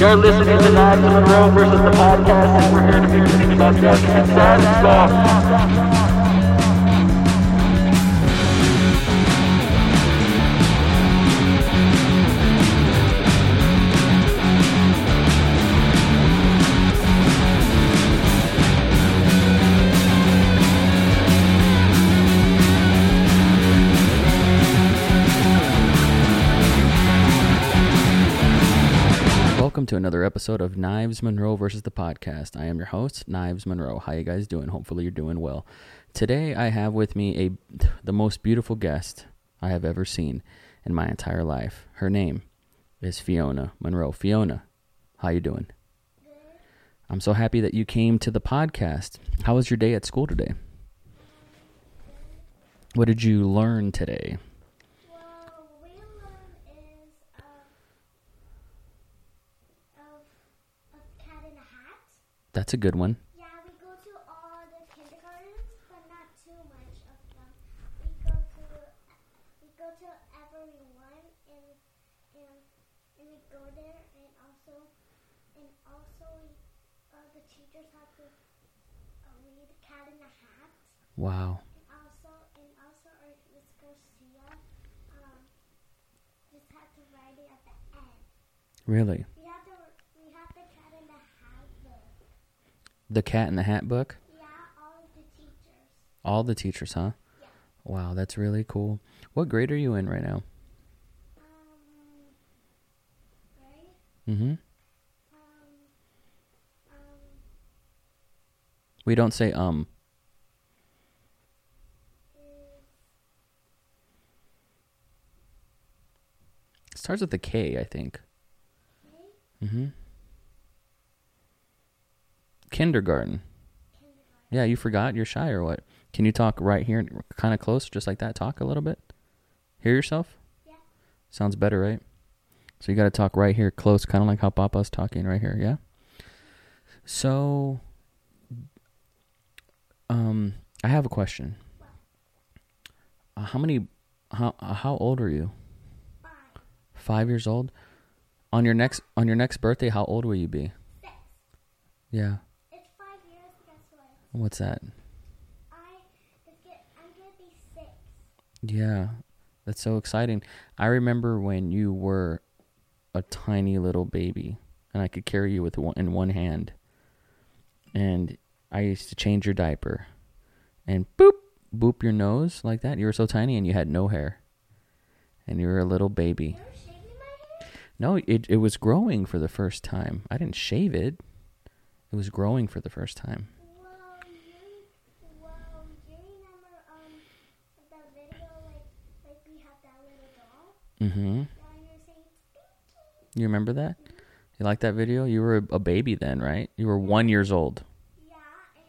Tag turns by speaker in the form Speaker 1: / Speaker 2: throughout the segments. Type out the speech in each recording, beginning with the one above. Speaker 1: You're listening tonight to Monroe versus the podcast, and we're here to be thinking about your success.
Speaker 2: Welcome to another episode of Knives Monroe versus the podcast. I am your host, Knives Monroe. How you guys doing? Hopefully you're doing well. Today I have with me a the most beautiful guest I have ever seen in my entire life. Her name is Fiona Monroe. Fiona, how you doing? I'm so happy that you came to the podcast. How was your day at school today? What did you learn today?
Speaker 3: Well, we learn is of, of of cat in a hat.
Speaker 2: That's a good one.
Speaker 3: Yeah, we go to all the kindergartens, but not too much of them. We go to we go to everyone and and and we go there and also and also we, uh, the teachers have to uh, read cat in a hat.
Speaker 2: Wow.
Speaker 3: And also, and also, our Miss Garcia, um, just had to write it at the end.
Speaker 2: Really?
Speaker 3: We have to, we have the cat in the hat book.
Speaker 2: The Cat in the Hat book?
Speaker 3: Yeah, all of the teachers.
Speaker 2: All the teachers, huh?
Speaker 3: Yeah.
Speaker 2: Wow, that's really cool. What grade are you in right now?
Speaker 3: Um, right?
Speaker 2: Mm-hmm.
Speaker 3: Um, um,
Speaker 2: We don't say um.
Speaker 3: is
Speaker 2: It starts with a K, I think.
Speaker 3: K
Speaker 2: Mm-hmm. Kindergarten.
Speaker 3: kindergarten.
Speaker 2: Yeah, you forgot. You're shy or what? Can you talk right here, kind of close, just like that? Talk a little bit. Hear yourself.
Speaker 3: Yeah.
Speaker 2: Sounds better, right? So you got to talk right here, close, kind of like how Papa's talking right here, yeah. So, um, I have a question. Uh, how many? How uh, how old are you?
Speaker 3: Five,
Speaker 2: Five years old. On your next on your next birthday, how old will you be?
Speaker 3: six.
Speaker 2: Yeah.
Speaker 3: It's five years. Guess what?
Speaker 2: What's that?
Speaker 3: I it's get. I'm gonna be six.
Speaker 2: Yeah, that's so exciting. I remember when you were a tiny little baby, and I could carry you with one in one hand. And I used to change your diaper, and boop, boop your nose like that. You were so tiny, and you had no hair, and you were a little baby.
Speaker 3: You're shaving my hair.
Speaker 2: No, it it was growing for the first time. I didn't shave it; it was growing for the first time.
Speaker 3: Whoa, you, whoa, you remember um the video like like we had that little doll?
Speaker 2: Mm-hmm.
Speaker 3: Yeah, you were saying Stinky.
Speaker 2: You remember that? You like that video? You were a, a baby then, right? You were one years old.
Speaker 3: Yeah,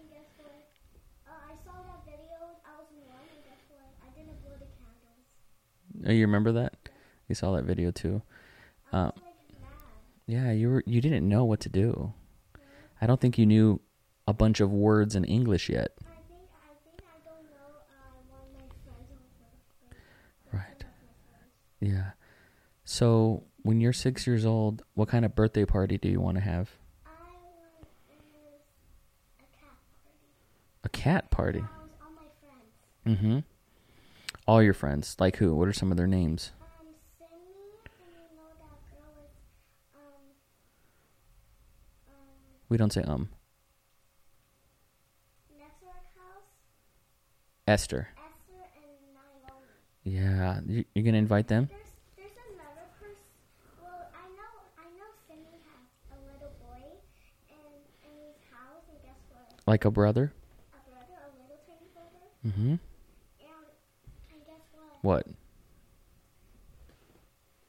Speaker 3: and guess what? Uh, I saw that video. I was one, and guess what? I didn't blow the candles.
Speaker 2: Oh, you remember that? You saw that video too.
Speaker 3: I
Speaker 2: Uh,
Speaker 3: was like mad.
Speaker 2: yeah, you were you didn't know what to do. I don't think you knew a bunch of words in English yet.
Speaker 3: I think I think I don't know um one of my friends over.
Speaker 2: Right. Yeah. So, when you're 6 years old, what kind of birthday party do you want to have?
Speaker 3: I was is a cat party.
Speaker 2: A cat party.
Speaker 3: I was all my friends.
Speaker 2: Mhm. All your friends, like who? What are some of their names?
Speaker 3: Um, Sydney, and I know that girl is, um, um,
Speaker 2: We don't say um.
Speaker 3: next to our house,
Speaker 2: Esther.
Speaker 3: Esther and Naomi.
Speaker 2: Yeah, you, you're going to invite them?
Speaker 3: There's, there's another person. Well, I know, I know Sydney has a little boy in, in his house, and guess what?
Speaker 2: Like a brother?
Speaker 3: A brother, a little tiny brother,
Speaker 2: Mhm.
Speaker 3: and, and guess what?
Speaker 2: What?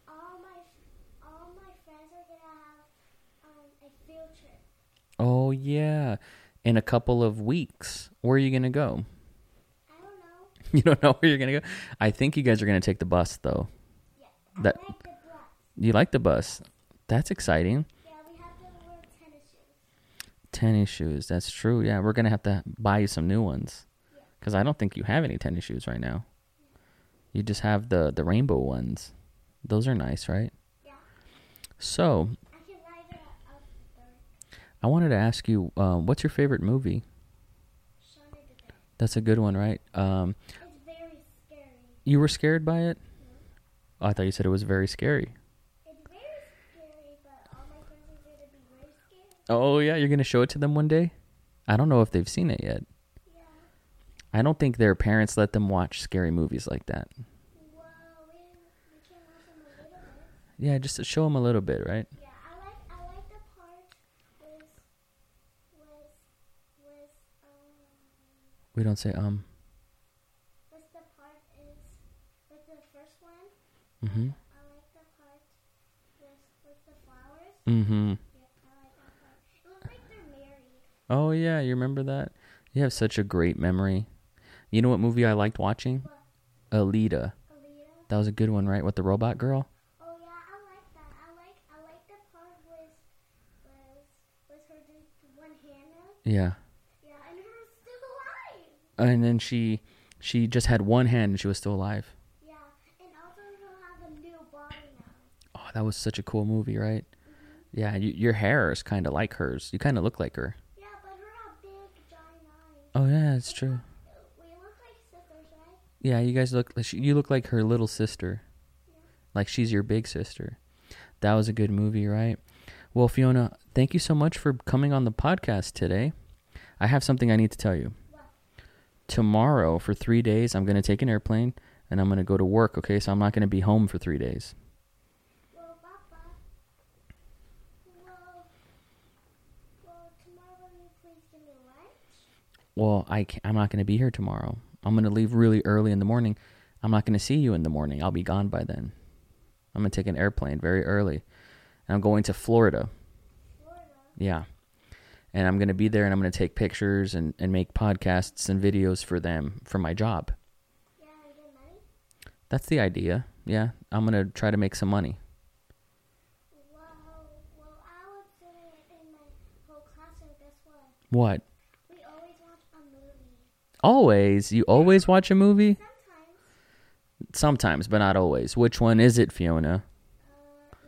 Speaker 3: All my, all my friends are gonna have, um, a field trip.
Speaker 2: Oh yeah. In a couple of weeks. Where are you going to go?
Speaker 3: I don't know.
Speaker 2: You don't know where you're gonna go. I think you guys are gonna take the bus though.
Speaker 3: Yeah,
Speaker 2: That-
Speaker 3: I like the bus.
Speaker 2: You like the bus? That's exciting.
Speaker 3: Yeah, we have to wear tennis shoes.
Speaker 2: Tennis shoes. That's true. Yeah, we're gonna have to buy you some new ones because I don't think you have any tennis shoes right now. You just have the the rainbow ones. Those are nice, right?
Speaker 3: Yeah.
Speaker 2: So
Speaker 3: I can ride a,
Speaker 2: I wanted to ask you, um, what's your favorite movie?
Speaker 3: Shauna did that.
Speaker 2: That's a good one, right? Um,
Speaker 3: It's very scary.
Speaker 2: you were scared by it? Oh, I thought you said it was very scary.
Speaker 3: It's very scary, but all my friends are going to be very scared.
Speaker 2: Oh yeah, you're gonna show it to them one day. I don't know if they've seen it yet.
Speaker 3: Yeah.
Speaker 2: I don't think their parents let them watch scary movies like that.
Speaker 3: Well, we, we can watch them a little bit.
Speaker 2: Yeah, just to show them a little bit, right?
Speaker 3: Yeah, I like I like the part with with with um
Speaker 2: We don't say um.
Speaker 3: with the part is with the first one.
Speaker 2: Mhm.
Speaker 3: I like the part with with the flowers.
Speaker 2: Mhm.
Speaker 3: Yeah, I like that part. It looks like they're married.
Speaker 2: Oh yeah, you remember that? You have such a great memory. You know what movie I liked watching? Alita.
Speaker 3: Aaliyah.
Speaker 2: That was a good one, right? With the robot girl.
Speaker 3: Oh yeah, I like that. I like I like the part with with with her doing one Hannah.
Speaker 2: Yeah.
Speaker 3: Yeah, and her still alive.
Speaker 2: And then she she just had one hand and she was still alive.
Speaker 3: Yeah, and also he'll have a new body now.
Speaker 2: Oh, that was such a cool movie, right? Yeah, you, your hair is kind of like hers. You kind of look like her.
Speaker 3: Yeah, but her have big giant eyes.
Speaker 2: Oh yeah, it's true.
Speaker 3: We look like sisters, right?
Speaker 2: Yeah, you guys look. she- You look like her little sister, like she's your big sister. That was a good movie, right? Well, Fiona, thank you so much for coming on the podcast today. I have something I need to tell you. Tomorrow, for three days, I'm going to take an airplane and I'm going to go to work. Okay, so I'm not going to be home for three days.
Speaker 3: Well, Papa. Well, well, tomorrow will you please give me lunch?
Speaker 2: Well, I can I'm not going to be here tomorrow. I'm going to leave really early in the morning. I'm not going to see you in the morning. I'll be gone by then. I'm going to take an airplane very early, and I'm going to Florida.
Speaker 3: Florida.
Speaker 2: Yeah. And I'm going to be there and I'm going to take pictures and, and make podcasts and videos for them for my job.
Speaker 3: Yeah, and get money.
Speaker 2: That's the idea. Yeah. I'm going to try to make some money.
Speaker 3: Well, well, I was doing it in my whole class, and guess what?
Speaker 2: What?
Speaker 3: We always watch a movie.
Speaker 2: Always. You always watch a movie?
Speaker 3: Sometimes,
Speaker 2: Sometimes, but not always. Which one is it, Fiona?
Speaker 3: uh, ink.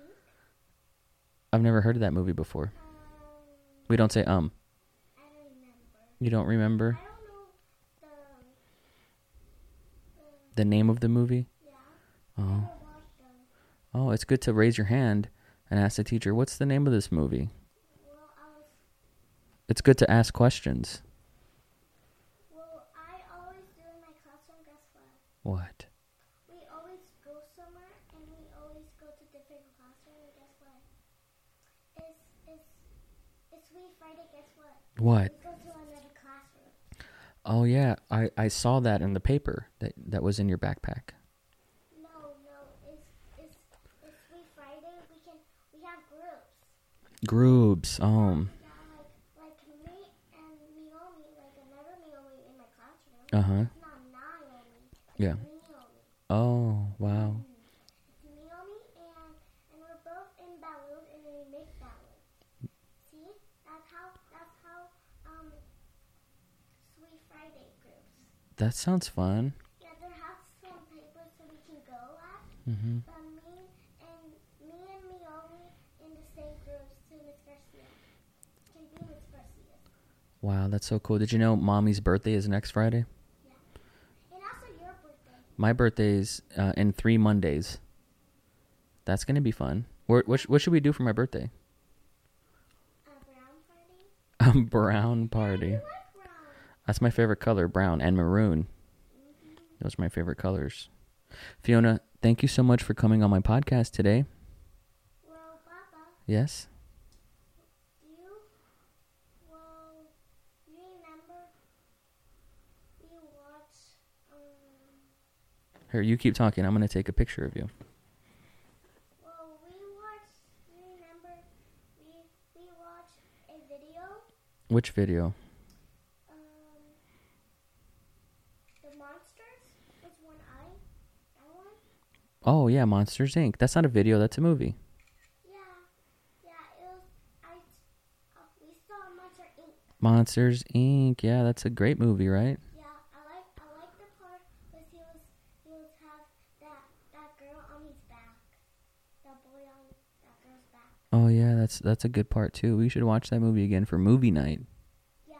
Speaker 2: I've never heard of that movie before.
Speaker 3: Um,
Speaker 2: We don't say um.
Speaker 3: I don't remember.
Speaker 2: You don't remember
Speaker 3: I don't know the, the
Speaker 2: the name of the movie?
Speaker 3: yeah. I
Speaker 2: Oh.
Speaker 3: don't watch them.
Speaker 2: Oh, it's good to raise your hand and ask the teacher, "What's the name of this movie?"
Speaker 3: Well, I was
Speaker 2: It's good to ask questions.
Speaker 3: Well, I always do in my classroom, guess what?
Speaker 2: What?
Speaker 3: We always go somewhere and we always go to different classroom and guess what? It's it's it's we Friday, guess what?
Speaker 2: What?
Speaker 3: We go to another classroom.
Speaker 2: Oh yeah, I, I saw that in the paper that that was in your backpack.
Speaker 3: No, no, it's it's it's we Friday, we can we have groups.
Speaker 2: Groups. Um.
Speaker 3: Yeah, like like me and Miomi, like another Miomi in my classroom.
Speaker 2: Uh huh.
Speaker 3: It's not Naomi, it's
Speaker 2: Yeah.
Speaker 3: Miomi.
Speaker 2: Oh wow.
Speaker 3: Naomi and and we're both in balloons and we make balloons. See, that's how that's how um Sweet Friday groups.
Speaker 2: That sounds fun.
Speaker 3: Yeah, there have some papers so we can go at.
Speaker 2: Mm-hmm.
Speaker 3: But um, me and me and Naomi in the same groups to Miss Garcia. Can be Miss Garcia.
Speaker 2: Wow, that's so cool. Did you know mommy's birthday is next Friday?
Speaker 3: And also your birthday.
Speaker 2: My birthday's uh, in three Mondays. That's gonna be fun. What what, sh- what should we do for my birthday?
Speaker 3: Uh, brown Friday.
Speaker 2: A brown party.
Speaker 3: I like brown.
Speaker 2: That's my favorite color, brown and maroon. Those are my favorite colors. Fiona, thank you so much for coming on my podcast today.
Speaker 3: Well, Papa,
Speaker 2: Yes.
Speaker 3: Do you, well, you remember we watched, um,
Speaker 2: Here, you keep talking. I'm gonna take a picture of you.
Speaker 3: well, we watched, you remember we, we watched a video,
Speaker 2: Which video?
Speaker 3: um, the monsters with one eye, that one?
Speaker 2: Oh yeah, Monsters Inc. That's not a video. That's a movie.
Speaker 3: Yeah, yeah, it was, I, uh, we saw Monster Inc.
Speaker 2: Monsters Inc. Yeah, that's a great movie, right?
Speaker 3: Yeah, I like, I like the part where he was, he was have that, that girl on his back, the boy on that girl's back.
Speaker 2: Oh Oh yeah, that's that's a good part too. We should watch that movie again for movie night.
Speaker 3: Yeah.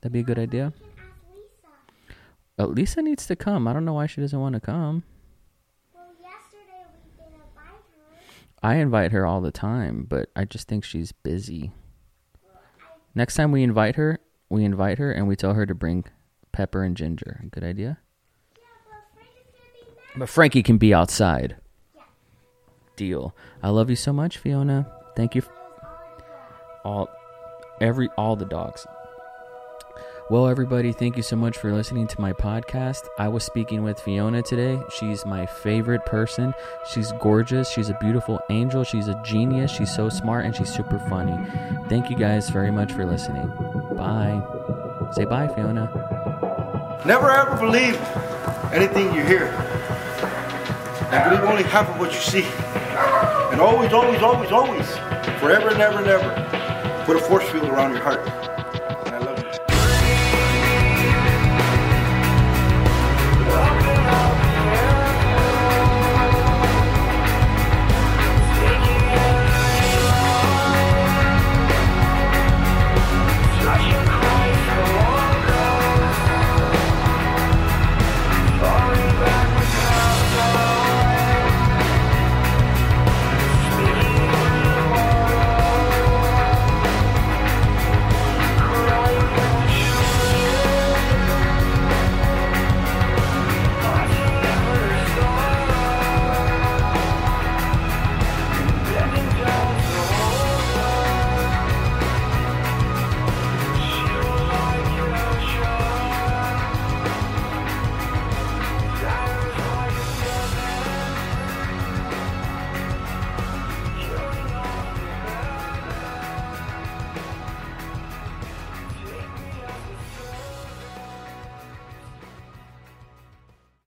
Speaker 2: That'd be a good
Speaker 3: Or
Speaker 2: idea.
Speaker 3: You can ask Lisa.
Speaker 2: Uh, Lisa needs to come. I don't know why she doesn't want to come.
Speaker 3: Well, yesterday we did invite her.
Speaker 2: I invite her all the time, but I just think she's busy. Next time we invite her, we invite her and we tell her to bring pepper and ginger. Good idea.
Speaker 3: Yeah, but Frank is gonna be mad.
Speaker 2: But Frankie can be outside. Deal. I love you so much, Fiona. Thank you. For
Speaker 3: It was all in her.
Speaker 2: all every all the dogs. Well, everybody, thank you so much for listening to my podcast. I was speaking with Fiona today. She's my favorite person. She's gorgeous. She's a beautiful angel. She's a genius. She's so smart and she's super funny. Thank you guys very much for listening. Bye. Say bye, Fiona.
Speaker 4: Never ever believe anything you hear. And believe only half of what you see. And always, always, always, always, forever and ever and ever, put a force field around your heart.